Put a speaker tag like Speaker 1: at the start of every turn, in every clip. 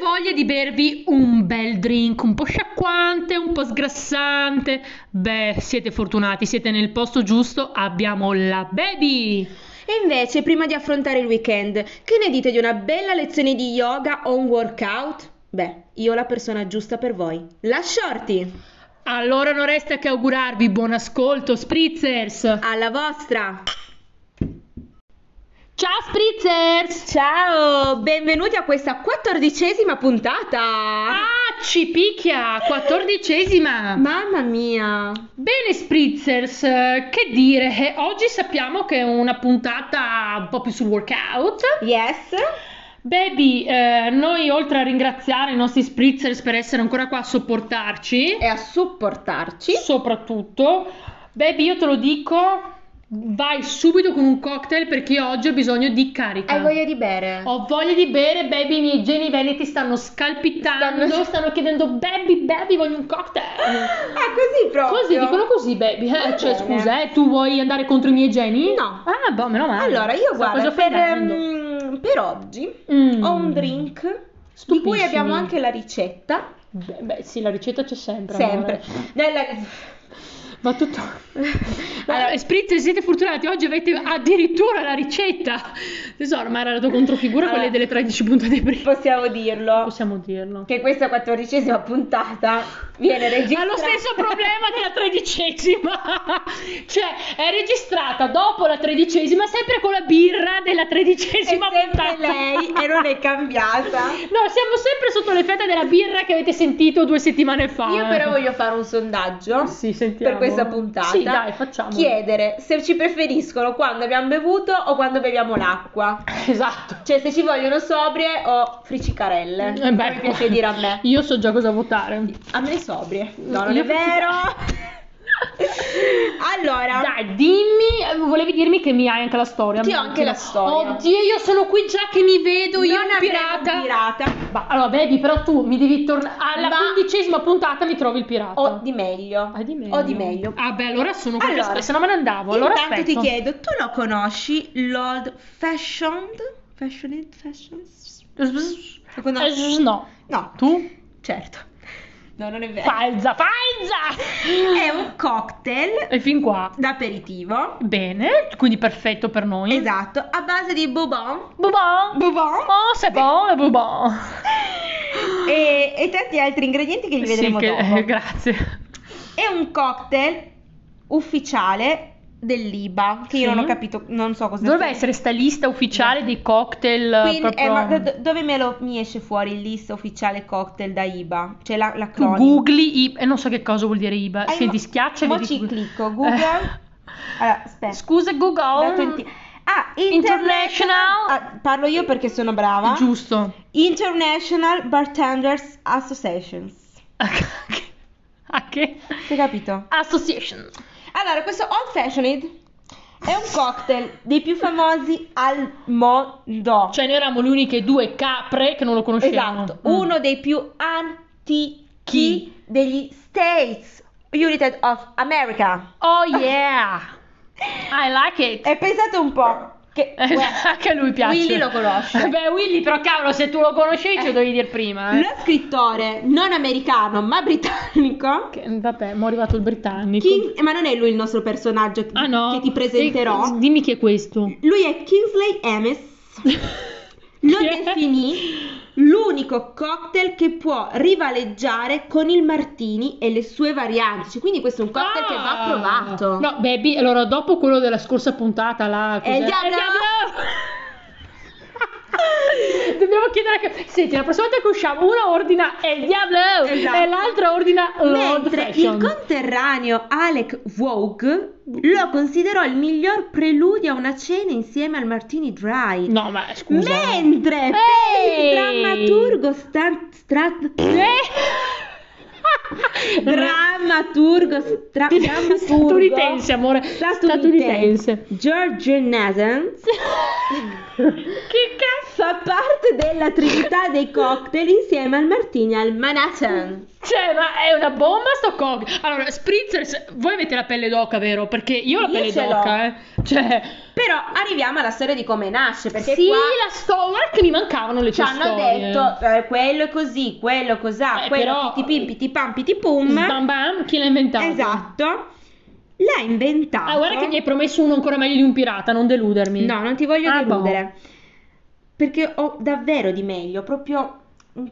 Speaker 1: voglia di bervi un bel drink, un po' sciacquante, un po' sgrassante. Beh, siete fortunati, siete nel posto giusto, abbiamo la baby.
Speaker 2: E invece, prima di affrontare il weekend, che ne dite di una bella lezione di yoga o un workout? Beh, io ho la persona giusta per voi. La Shorty!
Speaker 1: Allora non resta che augurarvi buon ascolto, Spritzers.
Speaker 2: Alla vostra!
Speaker 1: Ciao Spritzers!
Speaker 2: Ciao! Benvenuti a questa quattordicesima puntata!
Speaker 1: Ah, ci picchia, quattordicesima.
Speaker 2: Mamma mia!
Speaker 1: Bene Spritzers, eh, che dire, eh, oggi sappiamo che è una puntata un po' più sul workout.
Speaker 2: Yes?
Speaker 1: Baby, eh, noi oltre a ringraziare i nostri Spritzers per essere ancora qua a sopportarci,
Speaker 2: E a supportarci?
Speaker 1: soprattutto, baby io te lo dico, vai subito con un cocktail perché io oggi ho bisogno di carica.
Speaker 2: Hai voglia di bere?
Speaker 1: Ho voglia di bere, baby, i miei geni ti stanno scalpittando,
Speaker 2: Stanno-
Speaker 1: stanno, chiedendo baby, baby, voglio un cocktail.
Speaker 2: Ah, così proprio?
Speaker 1: Così, dicono così, baby. Eh,
Speaker 2: Va
Speaker 1: cioè,
Speaker 2: bene.
Speaker 1: scusa, eh, tu vuoi andare contro i miei geni?
Speaker 2: No.
Speaker 1: Ah, boh, meno male.
Speaker 2: Allora, io
Speaker 1: Sto
Speaker 2: guarda,
Speaker 1: quasi
Speaker 2: per,
Speaker 1: offendendo.
Speaker 2: mm, per oggi
Speaker 1: Mm.
Speaker 2: ho un drink di
Speaker 1: Stupissimi.
Speaker 2: cui abbiamo anche la ricetta.
Speaker 1: Beh, beh, sì, la ricetta c'è sempre.
Speaker 2: Sempre.
Speaker 1: amore.
Speaker 2: Nella...
Speaker 1: Va tutto...
Speaker 2: Allora,
Speaker 1: Allora, Spritzer, siete fortunati, oggi avete addirittura la ricetta. Tesoro, ma era la tua controfigura,
Speaker 2: Allora.
Speaker 1: quelle delle 13 puntate prima.
Speaker 2: possiamo dirlo
Speaker 1: Possiamo dirlo.
Speaker 2: che questa quattordicesima puntata viene
Speaker 1: Ha
Speaker 2: registrata.
Speaker 1: lo stesso problema della tredicesima, cioè è registrata dopo la tredicesima, sempre con la birra della
Speaker 2: È
Speaker 1: tredicesima
Speaker 2: sempre
Speaker 1: puntata.
Speaker 2: lei e non è cambiata.
Speaker 1: No, siamo sempre sotto le fette della birra che avete sentito due settimane fa.
Speaker 2: Io però voglio fare un sondaggio
Speaker 1: Sì, sentiamo.
Speaker 2: per questa puntata.
Speaker 1: Sì, dai, facciamo.
Speaker 2: Chiedere se ci preferiscono quando abbiamo bevuto o quando beviamo l'acqua.
Speaker 1: Esatto.
Speaker 2: Cioè se ci vogliono sobrie o friccicarelle.
Speaker 1: Eh, beh,
Speaker 2: Come piace dire a me.
Speaker 1: Io so già cosa votare.
Speaker 2: A me sobrie. No, non
Speaker 1: Io
Speaker 2: è vero. allora,
Speaker 1: Dai, dimmi, eh, volevi dirmi che mi hai anche la storia.
Speaker 2: Ti ho anche la storia.
Speaker 1: Oddio, io sono qui già che mi vedo, io
Speaker 2: non
Speaker 1: pirata.
Speaker 2: abbiamo pirata.
Speaker 1: Ma allora, baby, però tu mi devi tornare. Alla
Speaker 2: Ma-
Speaker 1: quindicesima puntata mi trovi il pirata.
Speaker 2: O di meglio.
Speaker 1: Ah, di meglio.
Speaker 2: O di meglio.
Speaker 1: Ah, beh, allora sono qui.
Speaker 2: Allora,
Speaker 1: Allora, se no me ne andavo. Allora
Speaker 2: Intanto
Speaker 1: aspetto.
Speaker 2: ti chiedo, tu lo conosci l'old fashioned? Fashioned? Fashioned? Lo conosci?
Speaker 1: Eh, No.
Speaker 2: No,
Speaker 1: Tu?
Speaker 2: certo. No, non è vero.
Speaker 1: Falza, falza!
Speaker 2: È un cocktail
Speaker 1: E fin qua.
Speaker 2: d'aperitivo.
Speaker 1: Bene, quindi perfetto per noi.
Speaker 2: Esatto, a base di bourbon
Speaker 1: Boubon.
Speaker 2: Boubon.
Speaker 1: Oh, se bon, le boubon.
Speaker 2: e, e tanti altri ingredienti che li vedremo
Speaker 1: sì, che-
Speaker 2: dopo.
Speaker 1: grazie.
Speaker 2: È un cocktail ufficiale dell'IBA, che io
Speaker 1: Sì.
Speaker 2: non ho capito, non so cosa
Speaker 1: Dovrebbe
Speaker 2: sia.
Speaker 1: essere sta lista ufficiale dei cocktail. eh,
Speaker 2: Quindi,
Speaker 1: proprio...
Speaker 2: eh, ma do- dove me lo, mi esce fuori il lista ufficiale cocktail da IBA? C'è la, la
Speaker 1: Tu
Speaker 2: cronaca.
Speaker 1: googli i- e non so che cosa vuol dire IBA.
Speaker 2: Ah, io
Speaker 1: Senti,
Speaker 2: mo-
Speaker 1: schiaccia e
Speaker 2: mo
Speaker 1: vedi.
Speaker 2: ci clicco, Google. Allora, aspetta.
Speaker 1: Scusa,
Speaker 2: La
Speaker 1: Google.
Speaker 2: 20 Ah,
Speaker 1: International-
Speaker 2: international. Ah, parlo io perché sono brava.
Speaker 1: Giusto.
Speaker 2: International Bartenders Associations.
Speaker 1: A che?
Speaker 2: Hai capito?
Speaker 1: Association.
Speaker 2: Allora, questo Old Fashioned è un cocktail dei più famosi al mondo.
Speaker 1: Cioè, noi eravamo le uniche due capre che non lo conoscevano.
Speaker 2: Esatto,
Speaker 1: Mm.
Speaker 2: uno dei più antichi
Speaker 1: Chi?
Speaker 2: degli States United of America.
Speaker 1: Oh yeah! I like it.
Speaker 2: E pensate un po' che
Speaker 1: Eh, Anche a lui piace.
Speaker 2: Willy lo conosce.
Speaker 1: Beh, Willy, però cavolo, se tu lo conoscevi, ce lo dovevi dire prima. eh.
Speaker 2: lo scrittore non americano ma britannico
Speaker 1: Che- vabbè, mo' è arrivato il britannico.
Speaker 2: King- ma non è lui il nostro personaggio
Speaker 1: Ah no.
Speaker 2: che ti presenterò.
Speaker 1: Sì, Dimmi chi è questo.
Speaker 2: Lui è Kingsley Amis. Lo
Speaker 1: Chi è?
Speaker 2: definì l'unico cocktail che può rivaleggiare con il martini e le sue varianti. Cioè, quindi questo è un cocktail che va
Speaker 1: Ah!
Speaker 2: provato. Eh,
Speaker 1: No, baby, allora dopo quello della scorsa puntata là, Eh,
Speaker 2: È il
Speaker 1: cos'era?
Speaker 2: diavolo!
Speaker 1: È diavolo! Dobbiamo chiedere che Senti, la prossima volta che usciamo, una ordina è il diavolo
Speaker 2: Esatto.
Speaker 1: e l'altra ordina l'old
Speaker 2: Mentre il
Speaker 1: fashion.
Speaker 2: conterraneo Alec Vogue lo considerò il miglior preludio a una cena insieme al Martini Dry.
Speaker 1: No, ma scusa.
Speaker 2: Mentre
Speaker 1: Ehi!
Speaker 2: per il drammaturgo Stan Strat-
Speaker 1: Eh?
Speaker 2: drammaturgo stra- drammaturgo
Speaker 1: Statunitense, amore.
Speaker 2: statunitense George Nathan
Speaker 1: Statunitense. che
Speaker 2: Fa parte della trinità dei cocktail insieme al martini e al Manhattan.
Speaker 1: Cioè, ma è una bomba sto cocktail. Allora, Spritzers, voi avete la pelle d'oca, vero? Perché io ho la
Speaker 2: Io
Speaker 1: pelle
Speaker 2: ce
Speaker 1: d'oca, eh. Cioè,
Speaker 2: Però arriviamo alla storia di come nasce, perché
Speaker 1: sì,
Speaker 2: qua
Speaker 1: la storia, guarda che mi mancavano le
Speaker 2: ci
Speaker 1: tue
Speaker 2: hanno
Speaker 1: storie.
Speaker 2: detto eh, quello è così, quello cos'ha,
Speaker 1: Eh,
Speaker 2: quello
Speaker 1: però-
Speaker 2: pitipim, pitipam, pitipum.
Speaker 1: Mm. Bam bam, chi l'ha inventato?
Speaker 2: Esatto. L'ha inventato.
Speaker 1: Ah, guarda che mi hai promesso uno ancora meglio di un pirata, non deludermi.
Speaker 2: No, non ti voglio
Speaker 1: Ah,
Speaker 2: deludere. Perché ho davvero di meglio, proprio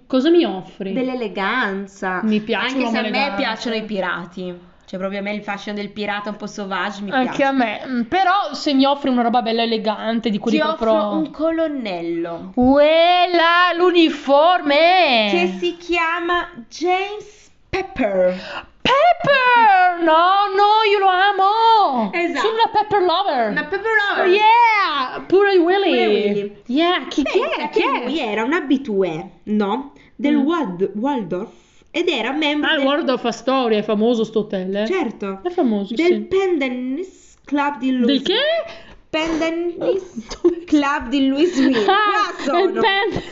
Speaker 1: Cosa mi offri?
Speaker 2: dell'eleganza.
Speaker 1: Mi piace un
Speaker 2: Anche se
Speaker 1: uomo
Speaker 2: a me
Speaker 1: elegante.
Speaker 2: piacciono i pirati. Cioè, proprio a me il fashion del pirata un po' sauvage mi
Speaker 1: Anche
Speaker 2: piace.
Speaker 1: a me. Mm, Però se mi offri una roba bella elegante, di quelli
Speaker 2: Ti
Speaker 1: proprio...
Speaker 2: offro un colonnello
Speaker 1: Uela, l'uniforme!
Speaker 2: che si chiama James Pepper.
Speaker 1: Pepper! No, no, io lo amo!
Speaker 2: Esatto.
Speaker 1: Sono una Pepper lover!
Speaker 2: Una Pepper
Speaker 1: Oh,
Speaker 2: Lover.
Speaker 1: yeah! Pure il Willy!
Speaker 2: Pure Willy.
Speaker 1: Yeah, chi, chi
Speaker 2: Pensa
Speaker 1: è?
Speaker 2: che
Speaker 1: Chi è?
Speaker 2: lui eh. era un abitué, no? Del
Speaker 1: Mm.
Speaker 2: Wald- Waldorf ed era membro
Speaker 1: Ah, il
Speaker 2: del,
Speaker 1: Waldorf Astoria, è famoso sto hotel, eh?
Speaker 2: certo,
Speaker 1: È famoso,
Speaker 2: del
Speaker 1: sì.
Speaker 2: Pendennis Club di
Speaker 1: Del
Speaker 2: Louisville.
Speaker 1: che?
Speaker 2: Pendennis
Speaker 1: Dove-
Speaker 2: Club di Louisville.
Speaker 1: Ah,
Speaker 2: Qua sono.
Speaker 1: il Pen-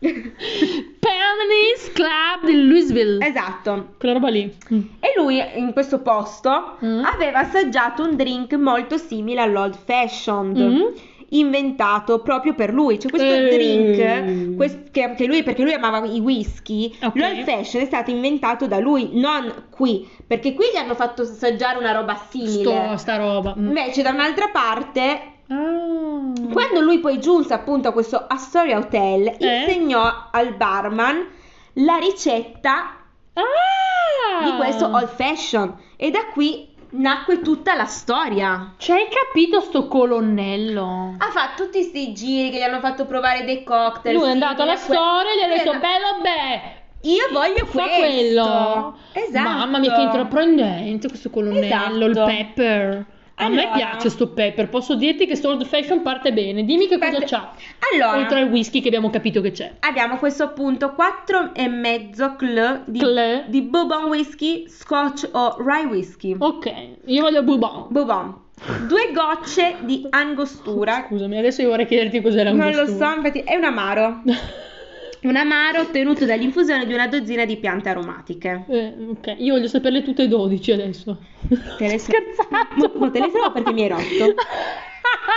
Speaker 1: Penny's Club di Louisville.
Speaker 2: Esatto.
Speaker 1: Quella roba lì. Mm.
Speaker 2: E lui in questo posto
Speaker 1: Mm.
Speaker 2: aveva assaggiato un drink molto simile all'old fashioned.
Speaker 1: Mm.
Speaker 2: Inventato proprio per lui, cioè questo
Speaker 1: Eh.
Speaker 2: drink quest- che anche lui, perché lui amava i whisky,
Speaker 1: Ok.
Speaker 2: l'old fashion è stato inventato da lui, non qui, perché qui gli hanno fatto assaggiare una roba simile.
Speaker 1: Sto, sta roba. Mm.
Speaker 2: Invece da un'altra parte
Speaker 1: Ah.
Speaker 2: Quando lui poi giunse appunto a questo Astoria Hotel,
Speaker 1: Eh?
Speaker 2: insegnò al barman la ricetta
Speaker 1: Ah!
Speaker 2: di questo old fashion e da qui nacque tutta la storia.
Speaker 1: C'hai capito sto colonnello?
Speaker 2: Ha fatto tutti questi giri che gli hanno fatto provare dei cocktail. Esatto.
Speaker 1: Lui è
Speaker 2: simili
Speaker 1: andato alla
Speaker 2: a que-
Speaker 1: storia e gli ha
Speaker 2: Lui è
Speaker 1: detto:
Speaker 2: andato-
Speaker 1: Bello, beh,
Speaker 2: Io voglio
Speaker 1: fa
Speaker 2: questo.
Speaker 1: quello.
Speaker 2: Esatto.
Speaker 1: Mamma mia, che intraprendente questo colonnello,
Speaker 2: Esatto.
Speaker 1: il pepper. A me
Speaker 2: Allora.
Speaker 1: piace sto pepper, posso dirti che sto old fashion parte bene. Dimmi che cosa
Speaker 2: Parte-
Speaker 1: c'ha.
Speaker 2: Allora,
Speaker 1: Oltre al whisky che abbiamo capito che c'è.
Speaker 2: abbiamo questo appunto 4 e mezzo cl di,
Speaker 1: Clé.
Speaker 2: di bourbon whisky, scotch o rye whisky.
Speaker 1: Ok, io voglio Bourbon.
Speaker 2: Bourbon. Due gocce di angostura.
Speaker 1: Scusami, adesso io vorrei chiederti cos'era
Speaker 2: Non lo so,
Speaker 1: questo.
Speaker 2: infatti è un amaro. Un amaro ottenuto dall'infusione di una dozzina di piante aromatiche.
Speaker 1: Eh, ok, io voglio saperle tutte e 12 adesso.
Speaker 2: Te le so-
Speaker 1: Scherzato.
Speaker 2: Mo- mo te le trovo perché mi hai rotto.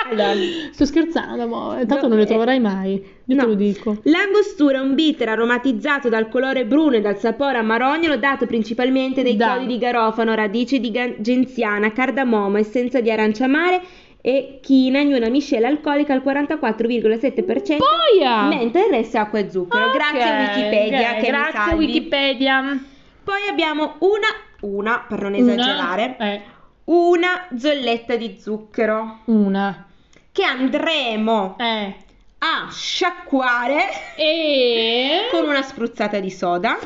Speaker 2: Allora.
Speaker 1: Sto scherzando, ma eh, tanto non le
Speaker 2: Eh,
Speaker 1: troverai mai. Io
Speaker 2: no.
Speaker 1: te lo dico.
Speaker 2: L'angostura è un bitter aromatizzato dal colore bruno e dal sapore amarognolo dato principalmente dai
Speaker 1: Da.
Speaker 2: chiodi di garofano, radici di gan- genziana, cardamomo, essenza di aranciamare e china in una miscela alcolica al 44,7%,
Speaker 1: Boia!
Speaker 2: mentre il resto è acqua e zucchero.
Speaker 1: Ok,
Speaker 2: Grazie a Wikipedia
Speaker 1: ok,
Speaker 2: che mi
Speaker 1: grazie a
Speaker 2: salvi.
Speaker 1: Wikipedia.
Speaker 2: Poi abbiamo una, una per non
Speaker 1: Una-
Speaker 2: esagerare,
Speaker 1: eh,
Speaker 2: una zolletta di zucchero
Speaker 1: una.
Speaker 2: che andremo
Speaker 1: Eh.
Speaker 2: a sciacquare
Speaker 1: E
Speaker 2: con una spruzzata di soda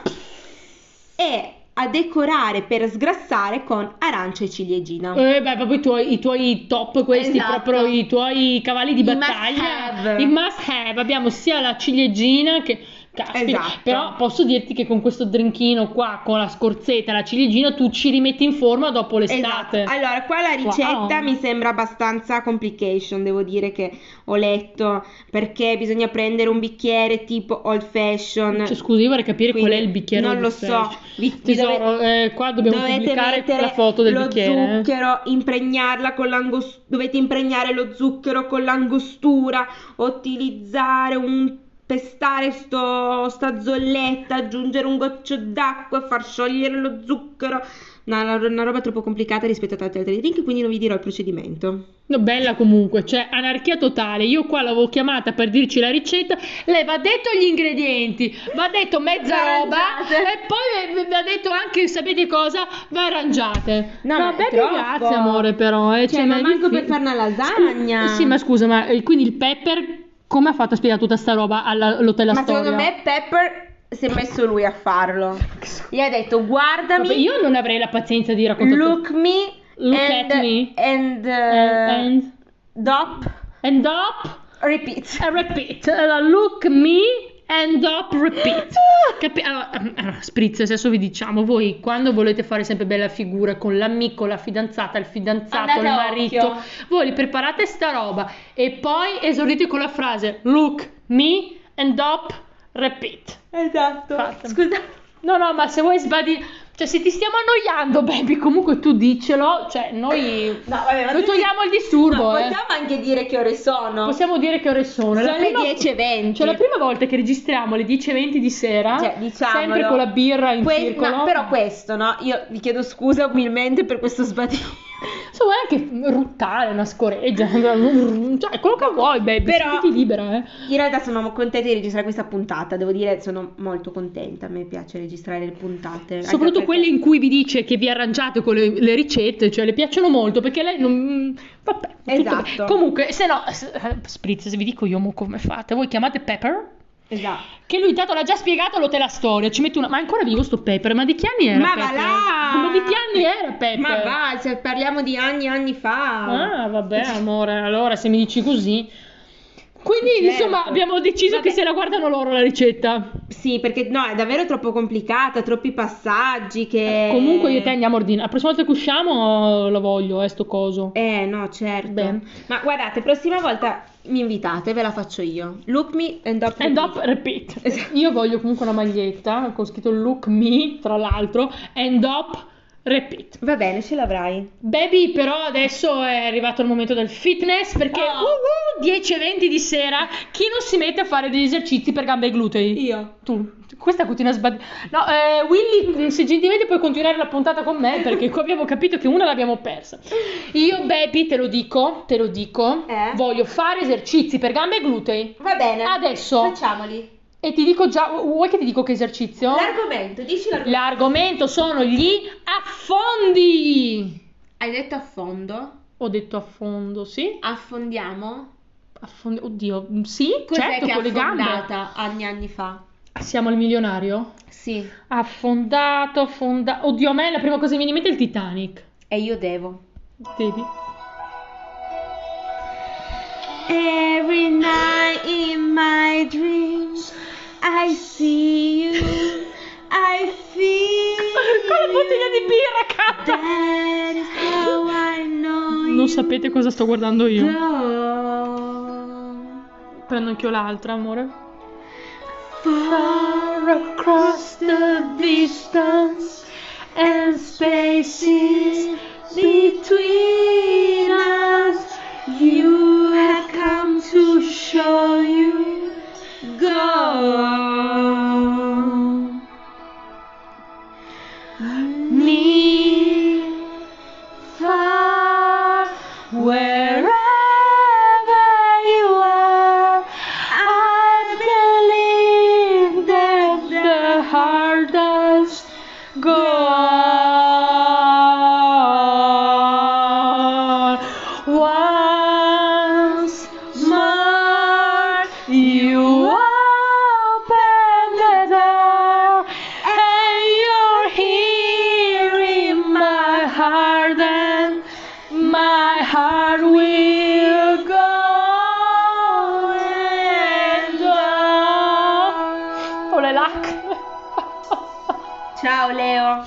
Speaker 2: e a decorare per sgrassare con arancia e ciliegina.
Speaker 1: Eh, beh, proprio i tuoi, i tuoi top, questi
Speaker 2: Esatto.
Speaker 1: proprio i tuoi cavalli di
Speaker 2: I must
Speaker 1: battaglia.
Speaker 2: have.
Speaker 1: I must have. Abbiamo sia la ciliegina che. Caspita.
Speaker 2: Esatto.
Speaker 1: Però posso dirti che con questo drinkino qua, con la scorzetta e la ciliegina, tu ci rimetti in forma dopo l'estate.
Speaker 2: Esatto. Allora, qua la ricetta
Speaker 1: Wow.
Speaker 2: mi sembra abbastanza complication, devo dire che ho letto, perché bisogna prendere un bicchiere tipo old fashion.
Speaker 1: Cioè, scusi, io vorrei capire
Speaker 2: Quindi,
Speaker 1: qual è il bicchiere.
Speaker 2: non
Speaker 1: del
Speaker 2: lo
Speaker 1: buffet.
Speaker 2: so. Vi- vi
Speaker 1: Tesoro,
Speaker 2: dove-
Speaker 1: eh, qua dobbiamo
Speaker 2: dovete
Speaker 1: pubblicare
Speaker 2: mettere
Speaker 1: la foto del
Speaker 2: lo
Speaker 1: bicchiere. eh.
Speaker 2: zucchero, impregnarla con l'angostura, dovete impregnare lo zucchero con l'angostura, utilizzare un pestare sto, sta zolletta, aggiungere un goccio d'acqua, far sciogliere lo zucchero. No, è una roba troppo complicata rispetto a tanti altri drink, quindi non vi dirò il procedimento.
Speaker 1: No, bella comunque, cioè anarchia totale. Io qua l'avevo chiamata per dirci la ricetta. Lei va detto gli ingredienti, va detto mezza roba
Speaker 2: Arrangiate.
Speaker 1: e poi eh, va detto anche, sapete cosa? Va arrangiate.
Speaker 2: No, ma è
Speaker 1: Vabbè,
Speaker 2: troppo.
Speaker 1: grazie amore però. eh,
Speaker 2: Cioè, ma
Speaker 1: è
Speaker 2: manco
Speaker 1: diffi-
Speaker 2: per fare una lasagna.
Speaker 1: Scusa- Sì, ma scusa, ma eh, quindi il pepper come ha fatto a spiegare tutta sta roba alla- all'hotel
Speaker 2: Ma
Speaker 1: Astoria?
Speaker 2: secondo me Pepper si è messo lui a farlo. Gli ha detto guardami,
Speaker 1: Vabbè, io non avrei la pazienza di raccontare
Speaker 2: look me,
Speaker 1: Look
Speaker 2: and,
Speaker 1: at me.
Speaker 2: and, uh,
Speaker 1: tutto. Eh, and,
Speaker 2: dop,
Speaker 1: and up
Speaker 2: repeat.
Speaker 1: I repeat. Allora, look me end up, repeat. Capi- allora, ehm, allora, spritz, adesso vi diciamo, voi quando volete fare sempre bella figura con l'amico, la fidanzata, il fidanzato,
Speaker 3: Andate
Speaker 1: il
Speaker 3: a
Speaker 1: marito,
Speaker 3: occhio.
Speaker 1: voi li preparate sta roba e poi esordite con la frase look me end up repeat.
Speaker 3: Esatto.
Speaker 1: Fatta.
Speaker 3: Scusa.
Speaker 1: No, no, ma se vuoi sbadi cioè se ti stiamo annoiando, baby, comunque tu dicelo, cioè noi
Speaker 3: No, vabbè, ma
Speaker 1: noi
Speaker 3: tu-
Speaker 1: togliamo il disturbo,
Speaker 3: Ma
Speaker 1: eh.
Speaker 3: possiamo anche dire che ore sono?
Speaker 1: Possiamo dire che ore sono? È la
Speaker 3: Sono le
Speaker 1: prima-
Speaker 3: 10.20.
Speaker 1: Cioè, la prima volta che registriamo alle 10.20 di sera,
Speaker 3: Cioè, diciamolo.
Speaker 1: sempre con la birra in
Speaker 3: Que-
Speaker 1: circolo.
Speaker 3: no, però questo, no? Io vi chiedo scusa umilmente per questo sbadiglio.
Speaker 1: Insomma, è anche ruttare, una scoreggia, cioè, quello che vuoi, baby,
Speaker 3: Però-
Speaker 1: sentiti libera, eh.
Speaker 3: In realtà sono contenta di registrare questa puntata, devo dire sono molto contenta, a me piace registrare le puntate. anche
Speaker 1: Soprattutto
Speaker 3: perché-
Speaker 1: quelle in cui vi dice che vi arrangiate con le, le ricette, cioè le piacciono molto perché lei non. mm, Vabbè, tutto
Speaker 3: Esatto.
Speaker 1: bene. Comunque, se no, s- eh, Spritz, vi dico io mo come fate. Voi chiamate Pepper,
Speaker 3: Esatto.
Speaker 1: che lui tanto l'ha già spiegato, lo te la storia. Ci mette una. Ma è ancora vivo sto Pepper? Ma di chi anni era?
Speaker 2: Ma va
Speaker 1: Pepper?
Speaker 2: là!
Speaker 1: Ma di chi anni era Pepper?
Speaker 2: Ma va, cioè, parliamo di anni anni fa.
Speaker 1: Eh, Ah, vabbè, amore, allora se mi dici così. Quindi,
Speaker 2: Certo.
Speaker 1: insomma, abbiamo deciso
Speaker 2: Vabbè.
Speaker 1: che se la guardano loro la ricetta.
Speaker 2: Sì, perché no, è davvero troppo complicata, troppi passaggi che...
Speaker 1: Eh, Comunque io e te andiamo a ordinare. La prossima volta che usciamo la voglio, eh, sto coso.
Speaker 2: Eh, no, certo.
Speaker 1: Bene.
Speaker 2: Ma guardate, prossima volta mi invitate, ve la faccio io. Look me and up.
Speaker 1: And up, repeat.
Speaker 2: Esatto.
Speaker 1: Io voglio comunque una maglietta con scritto look me, tra l'altro. And up, repeat.
Speaker 2: Va bene, ce l'avrai.
Speaker 1: Baby, però adesso è arrivato il momento del fitness perché
Speaker 3: Oh.
Speaker 1: uh, uh, 10.20 di sera chi non si mette a fare degli esercizi per gambe e glutei?
Speaker 3: Io.
Speaker 1: Tu, questa continua a sbagliare. No, eh, Willy, se gentilmente puoi continuare la puntata con me perché qua abbiamo capito che una l'abbiamo persa. Io, baby, te lo dico, te lo dico,
Speaker 3: Eh?
Speaker 1: voglio fare esercizi per gambe e glutei.
Speaker 3: Va bene.
Speaker 1: Adesso.
Speaker 3: Facciamoli.
Speaker 1: E ti dico già, vuoi che ti dico che esercizio?
Speaker 3: L'argomento, dici l'argomento.
Speaker 1: L'argomento sono gli affondi.
Speaker 2: Hai detto affondo?
Speaker 1: Ho detto affondo, sì.
Speaker 2: Affondiamo?
Speaker 1: Affondi, oddio, sì,
Speaker 2: Cos'è
Speaker 1: certo,
Speaker 2: che
Speaker 1: con
Speaker 2: è
Speaker 1: le gambe.
Speaker 2: affondata anni anni fa?
Speaker 1: Siamo il milionario?
Speaker 2: Sì,
Speaker 1: Affondato, affondato. Oddio, a me la prima cosa che mi viene in mente è il Titanic.
Speaker 2: e io devo.
Speaker 1: Devi.
Speaker 2: Every night in my dreams I see you, I feel
Speaker 1: Con la bottiglia di birra canta.
Speaker 2: That is how I know
Speaker 1: Non sapete cosa sto guardando
Speaker 2: you
Speaker 1: io.
Speaker 2: go
Speaker 1: Prendo anch'io l'altra, amore.
Speaker 2: far across the distance and spaces between us. You have come to show you go. Me far wherever you are, I believe that the heart does go. Once more, you open the door, and you're here in my heart, and my heart will go and on.
Speaker 1: Ho le lac.
Speaker 2: Ciao Leo,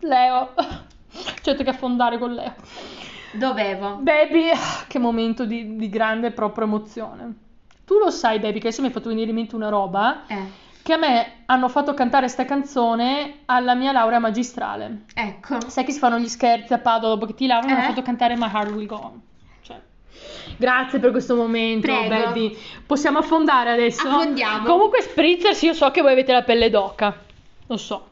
Speaker 1: Leo. Certo che affondare con Leo.
Speaker 2: dovevo.
Speaker 1: Baby, che momento di, di grande proprio emozione. Tu lo sai, baby, che adesso mi hai fatto venire in mente una roba
Speaker 2: Eh,
Speaker 1: che a me hanno fatto cantare sta canzone alla mia laurea magistrale.
Speaker 2: ecco.
Speaker 1: Sai che si fanno gli scherzi a Padova dopo che ti laurei, mi
Speaker 2: Eh?
Speaker 1: hanno fatto cantare My Heart Will Go On. Cioè, Grazie per questo momento,
Speaker 2: Prego.
Speaker 1: baby. Possiamo affondare adesso?
Speaker 2: Affondiamo.
Speaker 1: Comunque, spritzersi, io so che voi avete la pelle d'oca. Lo so.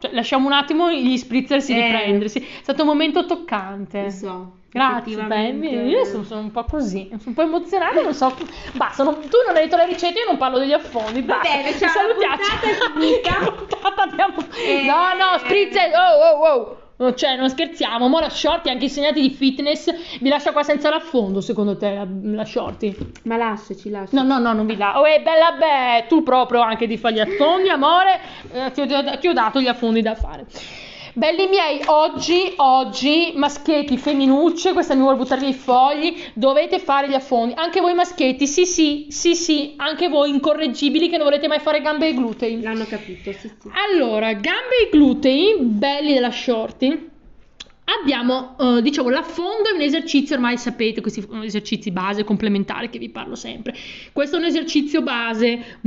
Speaker 1: Cioè, lasciamo un attimo gli spritzersi
Speaker 2: Eh.
Speaker 1: riprendersi. È stato un momento toccante.
Speaker 3: Eh,
Speaker 2: Lo so.
Speaker 1: Grazie,
Speaker 2: effettivamente.
Speaker 1: baby. Io sono, sono un po' così, sono un po' emozionata, non so. Basta, non- tu non hai detto la ricetta, io non parlo degli affondi.
Speaker 2: Va
Speaker 1: basta.
Speaker 2: bene, ciao, la
Speaker 1: Salutiamoci.
Speaker 2: puntata è finita.
Speaker 1: Che puntata abbiamo-
Speaker 2: Eh.
Speaker 1: No, no, spritzer. Oh, oh, oh. No, Cioè, non scherziamo. Ora la shorty, anche i segnati di fitness, vi lascia qua senza l'affondo, secondo te, la, la shorty?
Speaker 2: Ma lasciaci, lasciaci.
Speaker 1: No, no, no, non vi la... Oh, è bella, beh, tu proprio anche di fare gli affondi, amore, eh, ti, ho, ti ho dato gli affondi da fare. Belli miei, oggi, oggi, maschietti, femminucce, questa mi vuole buttare via i fogli, dovete fare gli affondi. Anche voi maschietti, sì sì, sì sì, anche voi incorreggibili che non volete mai fare gambe e glutei.
Speaker 3: L'hanno capito, sì, sì.
Speaker 1: Allora, gambe e glutei, belli della shorty. Abbiamo, eh, diciamo, l'affondo è un esercizio, ormai sapete, questi sono esercizi base, complementare, che vi parlo sempre. Questo è un esercizio base,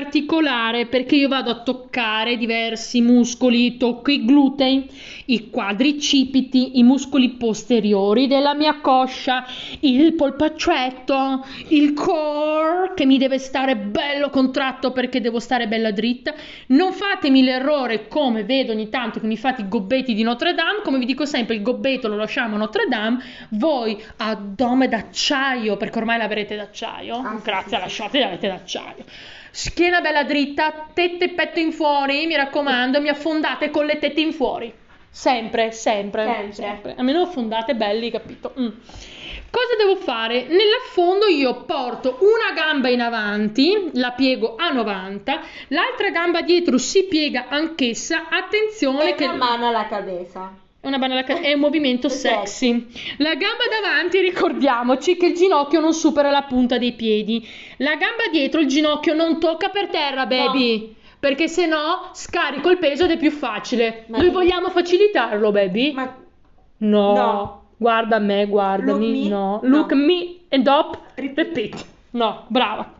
Speaker 1: multiarticolare, perché io vado a toccare diversi muscoli, tocco i glutei, i quadricipiti, i muscoli posteriori della mia coscia, il polpaccetto, il core, che mi deve stare bello contratto perché devo stare bella dritta. Non fatemi l'errore, come vedo ogni tanto, che mi fate i gobbetti di Notre Dame, come vi dico sempre, il gobbetto lo lasciamo a Notre Dame, voi addome d'acciaio, perché ormai l'avrete d'acciaio,
Speaker 3: Ah, sì, sì,
Speaker 1: grazie alla
Speaker 3: sì.
Speaker 1: shorty l'avete d'acciaio. Schiena bella dritta, tette e petto in fuori, mi raccomando, mi affondate con le tette in fuori. Sempre, sempre,
Speaker 3: Sempre.
Speaker 1: Almeno affondate belli, capito? Mm. Cosa devo fare? Nell'affondo io porto una gamba in avanti, la piego a 90, l'altra gamba dietro si piega anch'essa, attenzione
Speaker 2: Eh,
Speaker 3: E
Speaker 1: che...
Speaker 3: una mano alla cabeza.
Speaker 1: È una banana ca- è un movimento sexy. La gamba davanti, ricordiamoci che il ginocchio non supera la punta dei piedi. La gamba dietro, il ginocchio non tocca per terra, baby. Perché se no scarico il peso ed è più facile.
Speaker 3: Ma-
Speaker 1: Noi vogliamo facilitarlo, baby?
Speaker 3: Ma
Speaker 1: No.
Speaker 3: No.
Speaker 1: Guarda me, guardami.
Speaker 3: Look me?
Speaker 1: no.
Speaker 3: No.
Speaker 1: Look me and up.
Speaker 3: Repeat.
Speaker 1: Repeat. No, brava.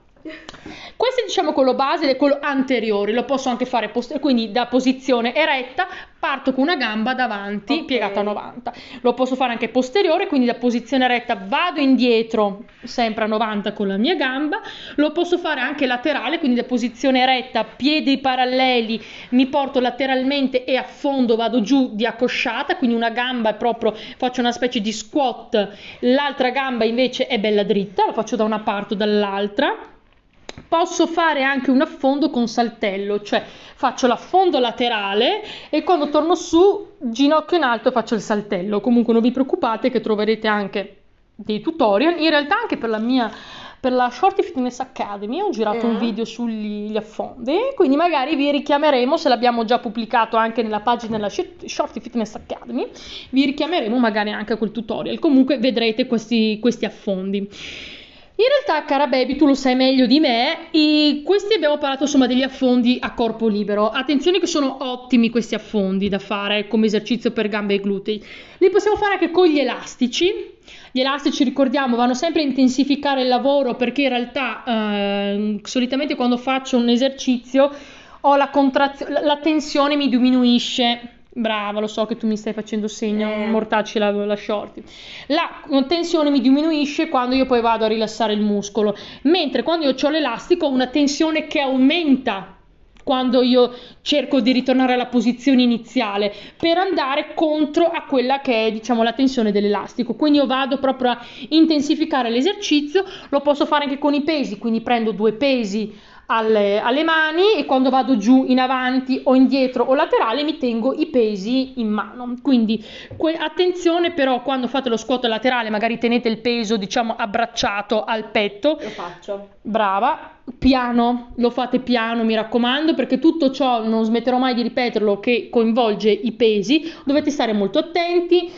Speaker 1: Questo è diciamo quello base e quello anteriore, lo posso anche fare poster- quindi da posizione eretta parto con una gamba davanti
Speaker 3: Ok.
Speaker 1: piegata a 90, lo posso fare anche posteriore, quindi da posizione eretta vado indietro sempre a 90 con la mia gamba, lo posso fare anche laterale, quindi da posizione eretta, piedi paralleli, mi porto lateralmente e affondo, vado giù di accosciata, quindi una gamba è proprio faccio una specie di squat, l'altra gamba invece è bella dritta, la faccio da una parte o dall'altra. Posso fare anche un affondo con saltello, cioè faccio l'affondo laterale e quando torno su, ginocchio in alto, faccio il saltello. Comunque non vi preoccupate che troverete anche dei tutorial. In realtà anche per la mia per la Shorty Fitness Academy ho girato un
Speaker 3: Eh.
Speaker 1: video sugli gli affondi, quindi magari vi richiameremo se l'abbiamo già pubblicato anche nella pagina della Shir- Shorty Fitness Academy. Vi richiameremo magari anche a quel tutorial. Comunque vedrete questi, questi affondi. In realtà, cara baby, tu lo sai meglio di me, e questi abbiamo parlato insomma degli affondi a corpo libero. Attenzione che sono ottimi questi affondi da fare come esercizio per gambe e glutei. Li possiamo fare anche con gli elastici. Gli elastici, ricordiamo, vanno sempre a intensificare il lavoro perché in realtà ehm, solitamente quando faccio un esercizio ho la contrazione, la, la tensione mi diminuisce. Brava, lo so che tu mi stai facendo segno,
Speaker 3: Eh.
Speaker 1: mortacci la, la shorty. La tensione mi diminuisce quando io poi vado a rilassare il muscolo, mentre quando io ho l'elastico ho una tensione che aumenta quando io cerco di ritornare alla posizione iniziale per andare contro a quella che è diciamo la tensione dell'elastico quindi io vado proprio a intensificare l'esercizio lo posso fare anche con i pesi quindi prendo due pesi alle, alle mani e quando vado giù in avanti o indietro o laterale mi tengo i pesi in mano quindi que- attenzione però quando fate lo squat laterale magari tenete il peso diciamo abbracciato al petto
Speaker 3: Lo faccio.
Speaker 1: Brava, piano, lo fate piano, mi raccomando, perché tutto ciò, non smetterò mai di ripeterlo, che coinvolge i pesi, dovete stare molto attenti,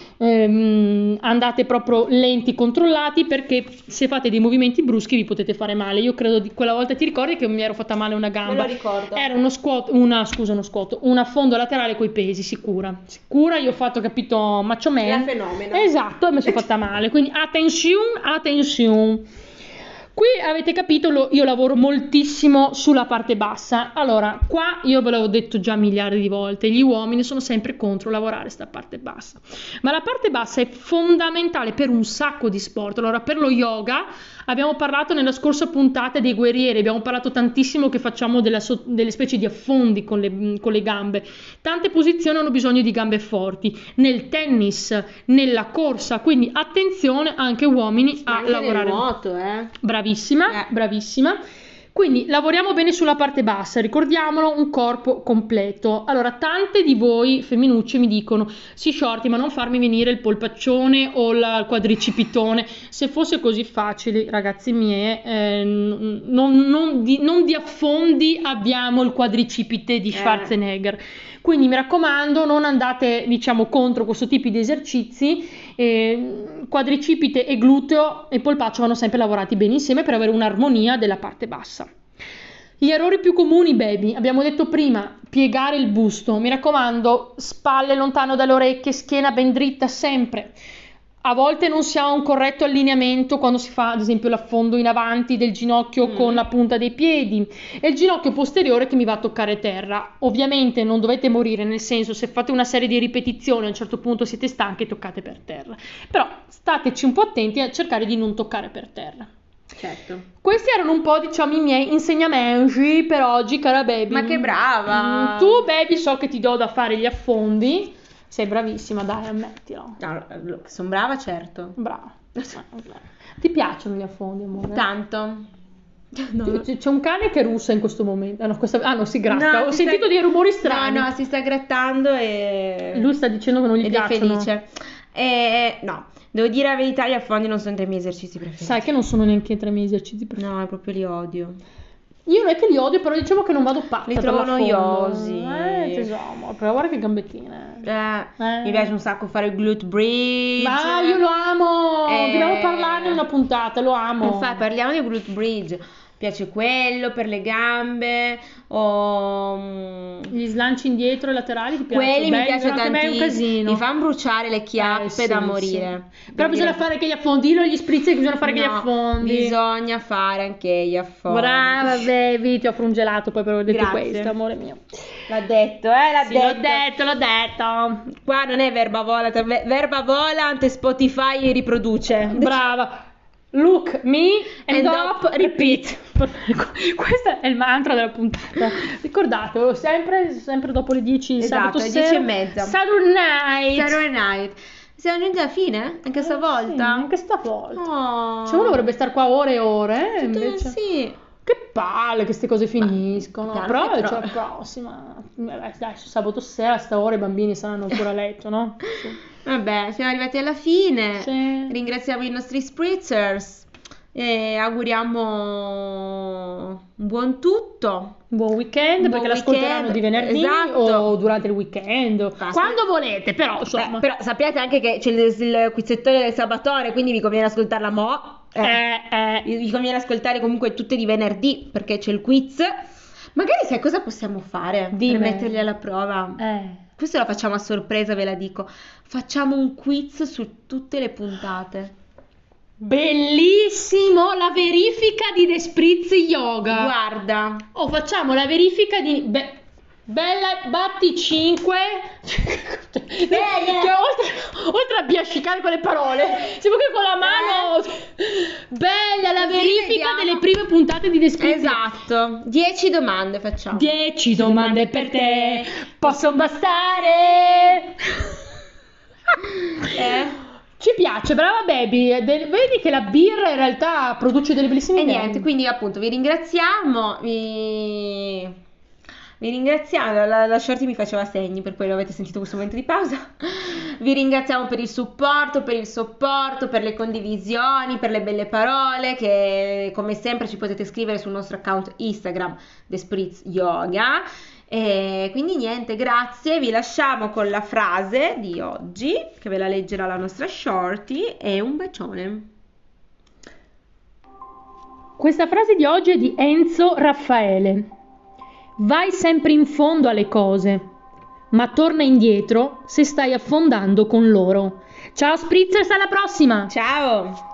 Speaker 1: ehm, andate proprio lenti, controllati, perché se fate dei movimenti bruschi vi potete fare male. Io credo di quella volta ti ricordi che mi ero fatta male una
Speaker 3: Me lo
Speaker 1: gamba.
Speaker 3: ricordo.
Speaker 1: Era uno squat, una, scusa, uno squat, un affondo laterale coi pesi, sicura. Sicura, io ho fatto, capito, macho man.
Speaker 3: Era fenomeno.
Speaker 1: Esatto, e mi sono fatta male. Quindi attenzione, attenzione. Qui avete capito, lo- io lavoro moltissimo sulla parte bassa. Allora, qua io ve l'ho detto già miliardi di volte, gli uomini sono sempre contro lavorare sta parte bassa. Ma la parte bassa è fondamentale per un sacco di sport. Allora, per lo yoga abbiamo parlato nella scorsa puntata dei guerrieri, abbiamo parlato tantissimo che facciamo della so- delle specie di affondi con le- con le gambe. Tante posizioni hanno bisogno di gambe forti, nel tennis, nella corsa, quindi attenzione anche uomini
Speaker 3: Ma
Speaker 1: a
Speaker 3: anche
Speaker 1: lavorare.
Speaker 3: nel nuoto, eh.
Speaker 1: Bravissima,
Speaker 3: Eh.
Speaker 1: bravissima. Quindi lavoriamo bene sulla parte bassa, ricordiamolo, un corpo completo. Allora, tante di voi femminucce mi dicono, sì shorty, ma non farmi venire il polpaccione o la- il quadricipitone. Se fosse così facile, ragazzi miei, eh, n- non, non di, non di affondi abbiamo il quadricipite di
Speaker 3: Eh.
Speaker 1: Schwarzenegger. Quindi mi raccomando, non andate, diciamo, contro questo tipo di esercizi. Eh, quadricipite e gluteo e polpaccio vanno sempre lavorati bene insieme per avere un'armonia della parte bassa. Gli errori più comuni, baby, abbiamo detto prima, piegare il busto. Mi raccomando, spalle lontano dalle orecchie, schiena ben dritta sempre. A volte non si ha un corretto allineamento quando si fa, ad esempio, l'affondo in avanti del ginocchio
Speaker 4: Mm.
Speaker 1: con la punta dei piedi e il ginocchio posteriore che mi va a toccare terra. Ovviamente non dovete morire, nel senso, se fate una serie di ripetizioni, a un certo punto siete stanchi e toccate per terra. Però stateci un po' attenti a cercare di non toccare per terra.
Speaker 2: Certo.
Speaker 1: Questi erano un po', diciamo, i miei insegnamenti per oggi, cara baby.
Speaker 2: Ma che brava!
Speaker 1: Mm, Tu, baby, so che ti do da fare gli affondi. Sei bravissima, dai, ammettilo.
Speaker 2: Ah, sono brava, certo.
Speaker 1: Brava. Ti piacciono gli affondi, amore?
Speaker 2: Tanto.
Speaker 1: C- c- C'è un cane che russa in questo momento. Ah no, questa... ah, no si gratta.
Speaker 2: No,
Speaker 1: Ho
Speaker 2: si
Speaker 1: sentito
Speaker 2: sta-
Speaker 1: dei rumori strani.
Speaker 2: No, no, si sta grattando e...
Speaker 1: Lui sta dicendo che non gli
Speaker 2: Ed è
Speaker 1: piacciono.
Speaker 2: felice. E, no, devo dire la verità, gli affondi non sono tra i miei esercizi preferiti.
Speaker 1: Sai che non sono neanche tra i miei esercizi preferiti.
Speaker 2: No, proprio li odio.
Speaker 1: Io non è che li odio, però diciamo che non vado pazza
Speaker 2: Li
Speaker 1: per
Speaker 2: trovo
Speaker 1: l'affondo.
Speaker 2: noiosi.
Speaker 1: Eh, tesoro, amore, però guarda che gambettine.
Speaker 2: Eh, Mi piace un sacco fare il glute bridge.
Speaker 1: Ma io lo amo!
Speaker 2: Cioè, Eh.
Speaker 1: Dobbiamo parlarne una puntata, lo amo.
Speaker 2: Infatti, parliamo di glute bridge. Mi piace quello per le gambe. O... mm,
Speaker 1: Gli slanci indietro e laterali ti piacciono?
Speaker 2: Quelli mi
Speaker 1: Belli,
Speaker 2: piacciono
Speaker 1: anche a me è un casino.
Speaker 2: tantissimo. Mi fanno bruciare le chiappe
Speaker 1: Eh, sì,
Speaker 2: da
Speaker 1: sì.
Speaker 2: morire.
Speaker 1: Però
Speaker 2: Devo
Speaker 1: bisogna
Speaker 2: dire-
Speaker 1: fare anche gli affondi, io gli spritz che bisogna fare anche gli
Speaker 2: No,
Speaker 1: affondi.
Speaker 2: Bisogna fare anche gli affondi.
Speaker 1: Brava baby, ti offro un gelato poi per aver detto
Speaker 2: Grazie.
Speaker 1: questo, amore mio.
Speaker 2: L'ha detto, eh? L'ha
Speaker 1: Sì,
Speaker 2: detto.
Speaker 1: l'ho detto, l'ho detto.
Speaker 2: Qua non è verba vola, tra- ve- verba vola ante Spotify riproduce.
Speaker 1: Brava. Look me and,
Speaker 2: And
Speaker 1: up,
Speaker 2: up,
Speaker 1: repeat. Questo è il mantra della puntata. Ricordatevelo sempre, sempre dopo le 10 di sabato
Speaker 2: Esatto, alle
Speaker 1: sera.
Speaker 2: 10 e mezza.
Speaker 1: Saturday night.
Speaker 2: Saturday night. Siamo giunti alla fine? Anche
Speaker 1: Eh, sì,
Speaker 2: stavolta?
Speaker 1: anche stavolta.
Speaker 2: Oh.
Speaker 1: Cioè, uno dovrebbe stare qua ore e ore, eh,
Speaker 2: Eh,
Speaker 1: invece.
Speaker 2: Sì.
Speaker 1: Che palle che queste cose finiscono.
Speaker 2: tanto
Speaker 1: Però
Speaker 2: che
Speaker 1: c'è
Speaker 2: pro-
Speaker 1: la prossima. eh, Beh, dai, su sabato sera, a sta ora i bambini saranno ancora a letto, no? Sì.
Speaker 2: Vabbè, siamo arrivati alla fine.
Speaker 1: Sì.
Speaker 2: Ringraziamo i nostri spritzers e auguriamo un buon tutto.
Speaker 1: Buon weekend,
Speaker 2: Buon
Speaker 1: perché
Speaker 2: weekend,
Speaker 1: l'ascolteranno di venerdì
Speaker 2: esatto.
Speaker 1: o durante il weekend. o-
Speaker 2: Basta.
Speaker 1: Quando volete, però, insomma.
Speaker 2: Beh, però sappiate anche che c'è il, il quizzettone del sabatone, quindi vi conviene ascoltarla mo. Eh.
Speaker 1: Eh, eh.
Speaker 2: Vi conviene ascoltare comunque tutte di venerdì perché c'è il quiz. Magari sai cosa possiamo fare
Speaker 1: Dimmi.
Speaker 2: per metterli alla prova?
Speaker 1: Eh.
Speaker 2: Questo lo facciamo a sorpresa, ve la dico. Facciamo un quiz su tutte le puntate.
Speaker 1: Bellissimo la verifica di The Spritz Yoga.
Speaker 2: Guarda,
Speaker 1: Oh, facciamo la verifica di. Be- bella, batti 5. Cioè, oltre, oltre a biascicare con le parole, sembra che con la mano. Bella la
Speaker 2: Così
Speaker 1: verifica
Speaker 2: Eh. vediamo.
Speaker 1: delle prime puntate di Descrizione.
Speaker 2: esatto. 10 domande facciamo.
Speaker 1: 10 domande per te possono bastare.
Speaker 2: Eh?
Speaker 1: Ci piace, brava baby. De- Vedi che la birra in realtà produce delle bellissime
Speaker 2: E
Speaker 1: idee.
Speaker 2: niente, quindi appunto vi ringraziamo. Vi, vi ringraziamo. La, la- la shorty mi faceva segni, per quello avete sentito questo momento di pausa. Vi ringraziamo per il supporto, per il sopporto, per le condivisioni, per le belle parole. Che come sempre ci potete scrivere sul nostro account Instagram The Spritz Yoga. E quindi niente, grazie. Vi lasciamo con la frase di oggi, che ve la leggerà la nostra shorty. E un bacione.
Speaker 1: Questa frase di oggi è di Enzo Raffaele. Vai sempre in fondo alle cose, ma torna indietro se stai affondando con loro. Ciao Spritzers, alla prossima!
Speaker 2: Ciao!